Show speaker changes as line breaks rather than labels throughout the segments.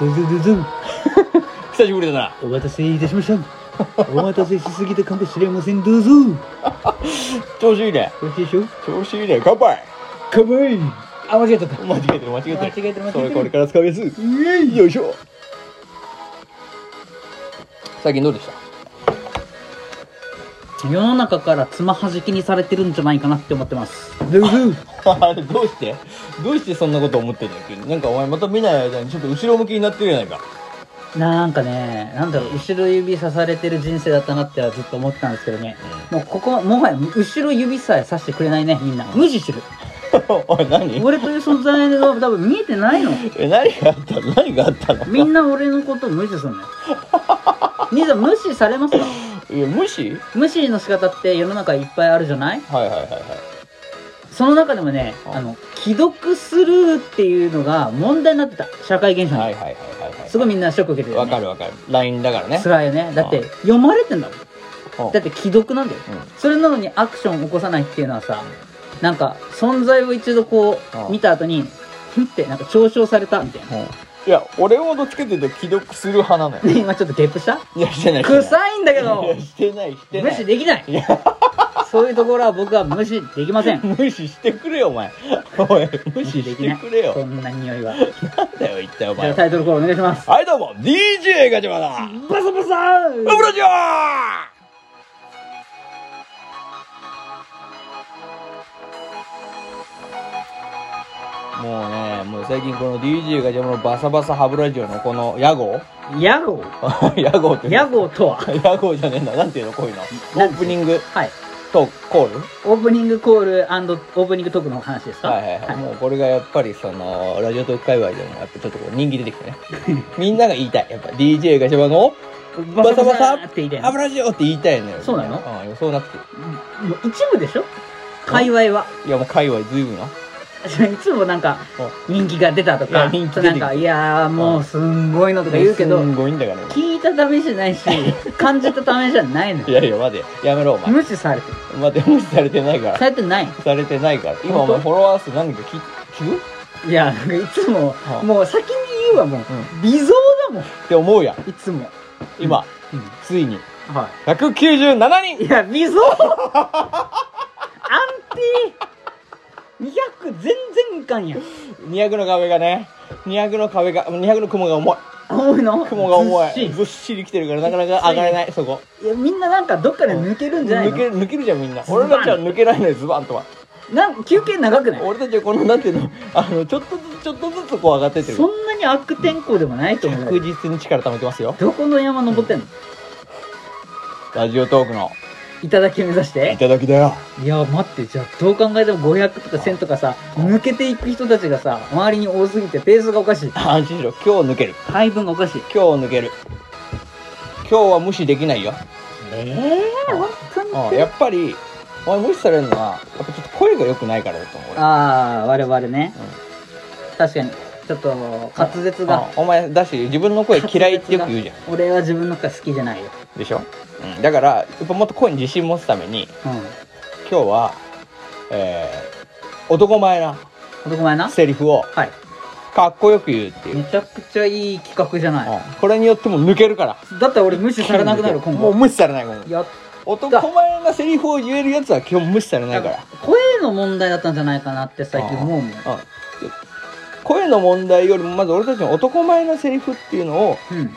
ドゥドゥドゥドゥン
久しぶりだな。
お待たせいたしました。お待たせしすぎたかもしれません。どうぞ。
調子いいね。
美味しいでしょ
調子いいね。乾杯
かわいい。あ、間違えたった。
間違えてる、間違えてる。
間違えてる間違えてる
それこれから使うやつ。
イエイ
よいしょ。最近どうでした
世の中からつまはじきにされてるんじゃないかなって思ってます
どうぞ。
あれどうしてどうしてそんなこと思ってんだっけなんかお前また見ない間にちょっと後ろ向きになってるやないか
なんかねなんだろう後ろ指さされてる人生だったなってはずっと思ってたんですけどねもうここもはや後ろ指さえさしてくれないねみんな無視してる
おい何
俺という存在が多分見えてないの
え何があったの何があったの
みんな俺のことを無視する のよ兄さん無視されますか
いや無視
無視の仕方って世の中いっぱいあるじゃない
はいはいはいはい
その中でもね
あ
あの既読スルーっていうのが問題になってた社会現象に、
はいはいはいはいはい
すごいみんなショック受けてるよ
わ
ね
かるわかる LINE だからね
辛いよねだって
うん
読まれてんだもん
うん
だって既読なんだよ
う
それなのにアクションを起こさないっていうのはさなんか存在を一度こ
うん
う見た後にふんってなんか嘲笑されたみたいな、
んうんいや俺をどっちかっていうと既読する派なの よ
ね今ちょっとゲップした
いやしてないしてない
臭いんだけ
い
ど
やしてないしてな
無
い
視できない
いや
そういうところは僕は無視できません
無視してくれよお前おい無視
で
し
き
て
ない
くれ
そ
よ
んな匂いは
なんだよ一体お
じゃ
前
あタイトルコールお願いします
はいどうも DJ ガチャバだ
バサバサ
ブラジャーもうね、もう最近この DJ がじゃあもうバサバサハブラジオのこの屋号
ヤゴ
屋号って
ヤゴとは
屋号じゃねえんだ。なんていうのこういうの。
なん
オ
て
ープニング
はい
とコール
オープニングコールオープニングトークの話ですか
はいはいはい。もうこれがやっぱりその、ラジオトーク界隈でもやっぱちょっとこう人気出てきてね。 みんなが言いたい。やっぱ DJ がじゃあの
バサバサって言いたい
ハブ
の
ラジオって言いたいのよ。
そうなの
のうん、予想なくて。
もう一部でしょ界隈はい
やもう界隈ずいぶんな。
いつもなんか人気が出たと
いや
か
人気出てきて
なんかいやーもうすんごいのとか
言
言
う
う
け
け
ど
ど
すんごいんだから今
聞いたためじゃ ないし感じたためじゃないの
い
よ
やいや待てやめろお前
無視されてる
待て無視されてないか
されてない
らされてないから今お前
本当
フォロワー数何人か聞聞く
いやなんかいつも
はあ
もう先に言うわもう微増だもん
って思うやん
いつも
今
うん
ついに
は
197
い
人
いや微増安定200全然いかんやん
200の壁がね200の壁が200の雲が重い
重いの
雲が重
ずっし
い
り
ずっしり来てるからなかなか上がれないそこ
いやみんななんかどっかで抜けるんじゃない
抜け
の
抜けるじゃんみんな
ズバン
俺たちは抜けないのよズバンとは
なん休憩長くない
俺たちはこのなんていうの あのちょっとずつちょっとずつこう上がってってる
そんなに悪天候でもないと思う
確
よ
実に力溜めてますよ
どこの山登ってんの
ラジオトークの
頂き目指して
ただきだよ
いや待ってじゃあどう考えても500とか1000とかさ抜けていく人たちがさ周りに多すぎてペースがおかしい
安心しろ今日抜ける
配分がおかしい
今日抜ける今日は無視できないよ、
ええー、本当
うん、
に
やっぱりお前無視されるのはやっぱちょっと声が良くないからだと思うよ
ああ我々ね、確かにちょっと滑舌が
うんお前だし自分の声嫌いってよく言うじゃん
俺は自分の声好きじゃないよ
でしょ、うん、だからやっぱもっと声に自信持つために
うん
今日はえー、男前な
男前な
セリフを
はい
かっこよく言うっていう、う
め
ん、
ちゃくちゃいい企画じゃない、
これによっても抜けるから
だったら俺無視されなくなる今
もう
後
無視されないもん
やっ
男前なセリフを言えるやつは基本無視されないから
声の問題だったんじゃないかなって最近思うもん
あ声の問題よりもまず俺たちの男前なセリフっていうのを
うん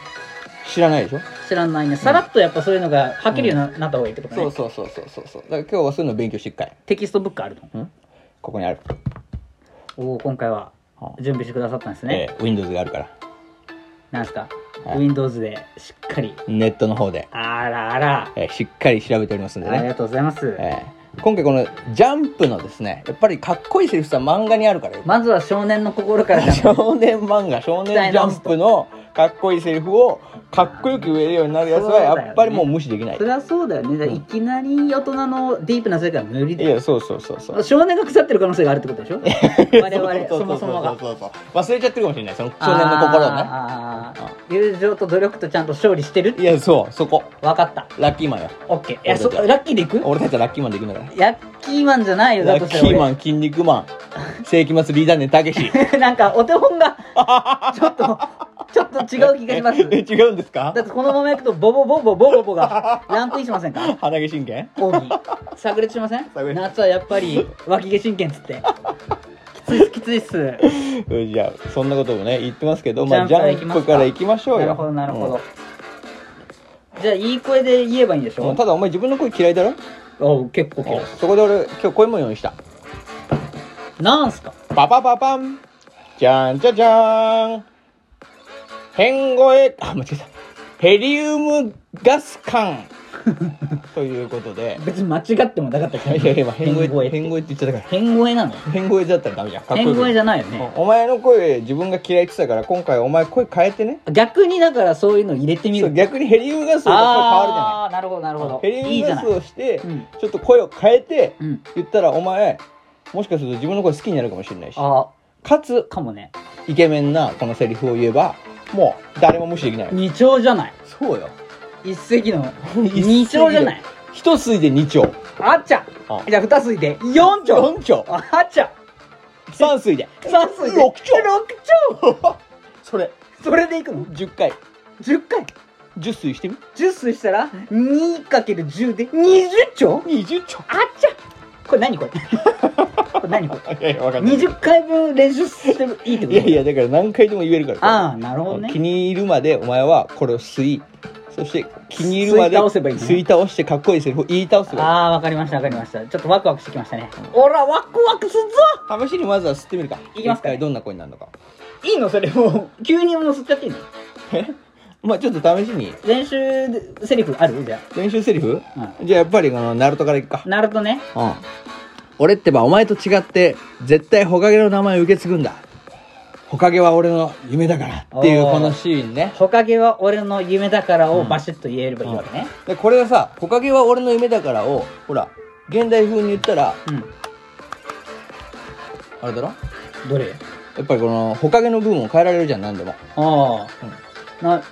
知らないでしょ、
知らないねさらっとやっぱそういうのがはっきりな,、なった方がいいってことね
そうそうそうそうそうそうだから今日はそういうのを勉強していくかい
テキストブックあるの
ここにある、
おお今回は
は
準備してくださったんですね、
えー Windows があるから
なんですか、
はい
Windows でしっかり
ネットの方で、
あらあら、
えーしっかり調べておりますんで
あり
ね、
がとうございます、
えー今回このジャンプのですねやっぱりかっこいいセリフさ漫画にあるからよ
まずは少年の心からじゃん
少年漫画少年ジャンプのかっこいいセリフをかっこよく言えるようになるやつはやっぱりもう無視できない、
そりゃそうだよねだからいきなり大人のディープな世界は無理
い
で
やそうそうそうそう
少年が腐ってる可能性があるってことでしょ我々そもそもが
うそうそう忘れちゃってるかもしれないその少年の心をね
あーあー友情と努力とちゃんと勝利してる
いやそうそこ
分かった
ラッキーマンよ
オッケーいや
そ
そう
だ
ラッキーでいく
俺たちはラッキーマンできるんだか
ラッキーマンじゃないよ
ら
だ
ラ
と
ッ
し
キ
たら
ーマン筋肉マン世紀末リーダーネたけし
俺なんかお手本がちょっとちょっと違う気がします
え違うんですか
だってこのままいくとボボボボボボボがランクインしませんか
鼻毛神経
奥義炸裂しません
炸裂
夏はやっぱり脇毛神経っつってきついっすきついっす
うんじゃあそんなこともね言ってますけどまあ
ジ
ジ
ャ
ャ
ン
ン
プから行きますか
プから行きましょうよ
なるほどなるほど、じゃあいい声で言えばいいんでし
うんう
ょ
んただお前自分の声嫌いだろ
あ結構嫌い
そこで俺今日声も用意した
なんすか
パパパパンじゃんじゃじゃーん変声あ間違えたヘリウムガス 缶ということで
別に間違ってもなかった
いや
け
いや
ど
今変声
声
変声って言っちゃったから
変声なの
変声だったらダメじゃんかっこよ
変
く
声じゃないよね
うんお前の声自分が嫌いって言ってたから今回お前声変えてね
逆にだからそういうの入れてみ
そう
る
逆にヘリウムガスの声変わ
ああーなるほどなるほ
るじゃな
ど
いヘリ
いい
ウム
じゃ
ガ
ない
スをして
うん
ちょっと声を変えて
うん
言ったらお前もしかすると自分の声好きになるかもしれないし
あ
かつ
あかもね
イケメンなこのセリフを言えばもう誰も無視できない
二丁じゃない
そうよ
一石の
一石の
二丁じゃない
一吸いで二丁
あっちゃ
あ
じゃあ二吸いで四丁
四丁
あっちゃ
三吸いで
三吸いで
六丁
六
それ
丁それでいくの
10回
十回
10吸いしてみ
十吸いしたら二かける十で二十丁
20丁
あっちゃこれ 何これこれ何これ
いやいやわかんない
20回分練習してるいいってこ
い
と
やいやだから何回でも言えるから
ああなるほどね
気に入るまでお前はこれを吸いそして気に入るまで
吸い倒せばいいのね
吸い倒してかっこいいセリフを言い倒すわ
ああわかりましたわかりましたちょっとワクワクしてきましたねおらワクワクするぞ
試しにまずは吸ってみるか
いきますか
一回どんな声になるのか
いいのそれもう急にもう吸っちゃっていいの
まあちょっと試しに
練習でセリフあるじゃ
練習セリフ、
う
じゃあやっぱりこのナルトからいくか
あなるとね
うん俺ってばお前と違って絶対ホカゲの名前を受け継ぐんだホカゲは俺の夢だからっていう
おー
このシーンね
「ほかげは俺の夢だから」をバシッと言えればいいわけね
でこれがさ「ホカゲは俺の夢だから」をほら現代風に言ったら
うん、
あれだろ
どれ
やっぱりこのほかげの部分を変えられるじゃん何でも
ああ、な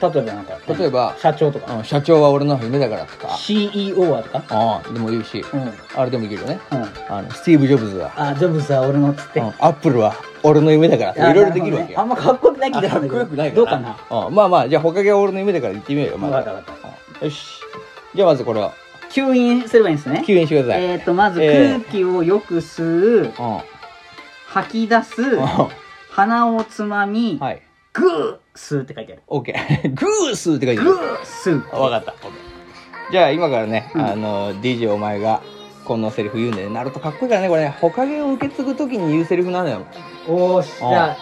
例えばなんか
例えば
社長とか
うん社長は俺の夢だからとか
CEO はとか
ああでもいいし
うんうん
あれでもいけるよねあのスティーブ・ジョブズは
あジョブズは俺のっつって
うんアップルは俺の夢だからとかいろいろできるわけ
あな
よ
ほどねあんまかっこよくない気
あ
がす
か
るん
っ
だけ
こ
ど
よくないか
どう
ら
かな
うんまあまあじゃあほかげは俺の夢だから言ってみようよま
分
ず
かった分かった
うんよしじゃあまずこれを
吸引すればいいんですね
吸引してください
えっ、とまず
え
空
ー
気をよく吸う
うん
吐き出す
う
鼻をつまみ
んはい
グー吸うって書いてある
OK グースって書いてあ
グ
る
ー吸う
わかった OK じゃあ今からね
うん
あの DJ お前がこのセリフ言うんでねなるとかっこいいからねこれねほかげを受け継ぐ時に言うセリフなのよ
おーしじ
うん
ゃあ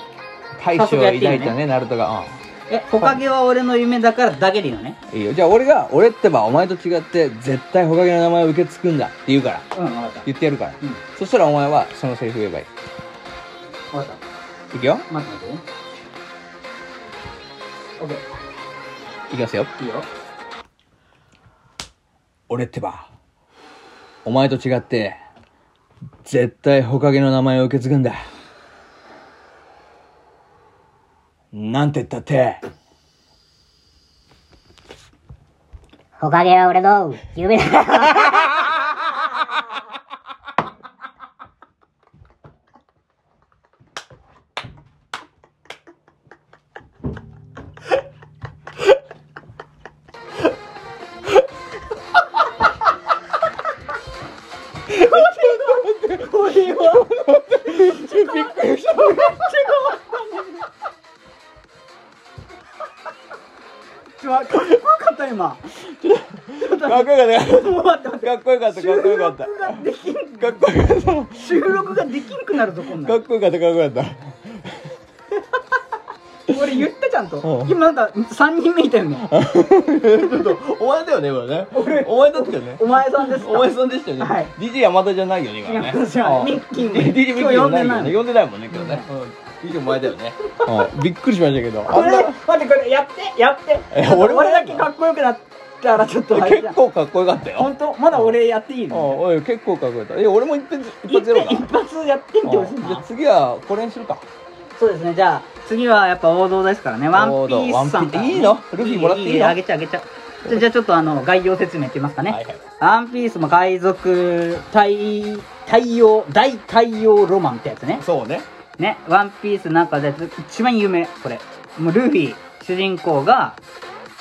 大将を抱いたね、ナルトが。
え木陰は俺の夢だからだけでいいのね
うん。いいよ。じゃあ俺が、俺ってばお前と違って、絶対ホカゲの名前を受け継ぐんだって言うから。
うん分かった
言ってやるから。
うん
そしたらお前は、そのセリフ言えばいい。
分かった
いくよ。
待って待ってねオッケ
いきますよ。
ーいいよ
俺ってば、お前と違って、絶対ホカゲの名前を受け継ぐんだ。なんて言ったって、
ほかげは俺の夢だ。
ちょかっこよかった今
かっこよかった。
もう待って待って
かっこよかった、かっこよかった。
収録ができん
かっこよかった。
収録ができんくなるとこんなん
かっこよかった、かっこよかった。
俺言ったちゃんと
うん
今なんか3人目いたよね
ちょっと、お前だよね、今ね。お前だったよね。
お前さんですか
お前さんでしたよね。
はい
DJ 山田じゃないよね、今ね。
山田じゃない
うん
ミッキーも
DJ ミッキー
今日呼んでない
よね呼んでないもんね、今日ね。うん DJ お前だよね。うんびっくりしましたけど。
こ
あ
れ
んな
待ってこれやってやって
え
ちょっと
俺も
俺だけかっこよくなったらちょっとあれじゃ
結
ん
構かっこよかったよ。
本当まだ俺やっていい
うん
の
おい、結構かっこよかった。え、俺も一発、一
一
発やろうか。
一発やってみてほしい
うんじゃあ
な
次はこれにするか。
そうですねじゃあ次はやっぱ王道ですからねワンピースさんからね
王道ワンピースいいのルフィもらっていいの
あげちゃうあげちゃうじゃあじゃあちょっとあの概要説明いってみますかね、
はいはい。
ワンピースも海賊大太陽大太陽ロマンってやつね
そうね。
ねワンピースの中で一番有名これもうルフィ主人公が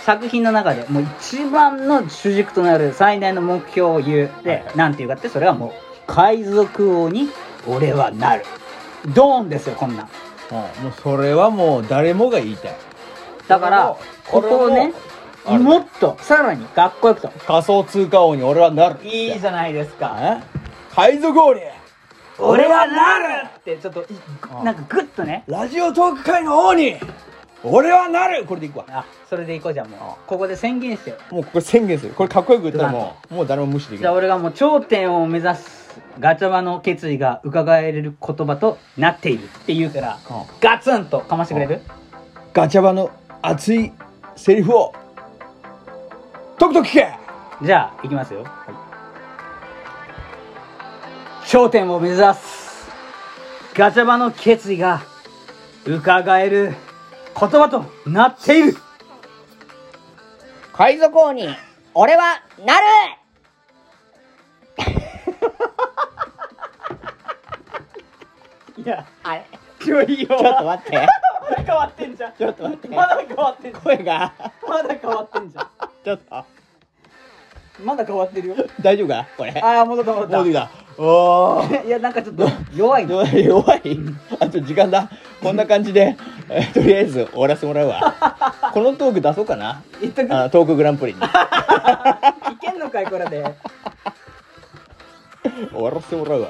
作品の中でもう一番の主軸となる最大の目標を言うで、
はいはい
なんていうかってそれはもう海賊王に俺はなるドーンですよこんなん
うんもうそれはもう誰もが言いたい
だからこ
俺も
こをね
俺もあ
もっとさらにかっこよくと
る仮想通貨王に俺はなる
いいじ
ゃ
ゃないですか
ん海賊王に
俺はなるってちょっとい
あ
なんかグッとね
ラジオトーク界の王に俺はなるこれでいくわ
あそれでいこうじゃんもうここで宣言してよ
もうこれ宣言するこれかっこよく言ったらもうもう誰も無視でき
じゃ
な
あ
い
俺がもう頂点を目指すガチャバの決意が伺える言葉となっているって言うから、
うん
ガツンとかましてくれる、
ガチャバの熱いセリフをとくとく聞け
じゃあいきますよ、頂点を目指すガチャバの決意が伺える言葉となっている
海賊王に、俺はなる
いや
あれ
今日いいよ
ちょっと待って
まだ変わってんじゃん
ちょっと待って
まだ変わってんじゃ
声が
んまだ変わってんじゃ
ちょっと
んまだ変わってるよ
大丈夫かこれ
ああ戻った戻った
もうできたおー
いやなんかちょっと 弱いな
弱い弱いあと時間だこんな感じで、えーとりあえず終わらせてもらうわこのトーク出そうかな
言っとく
あのトークグランプリに
いけんのかいこれで
終わらせてもらうわ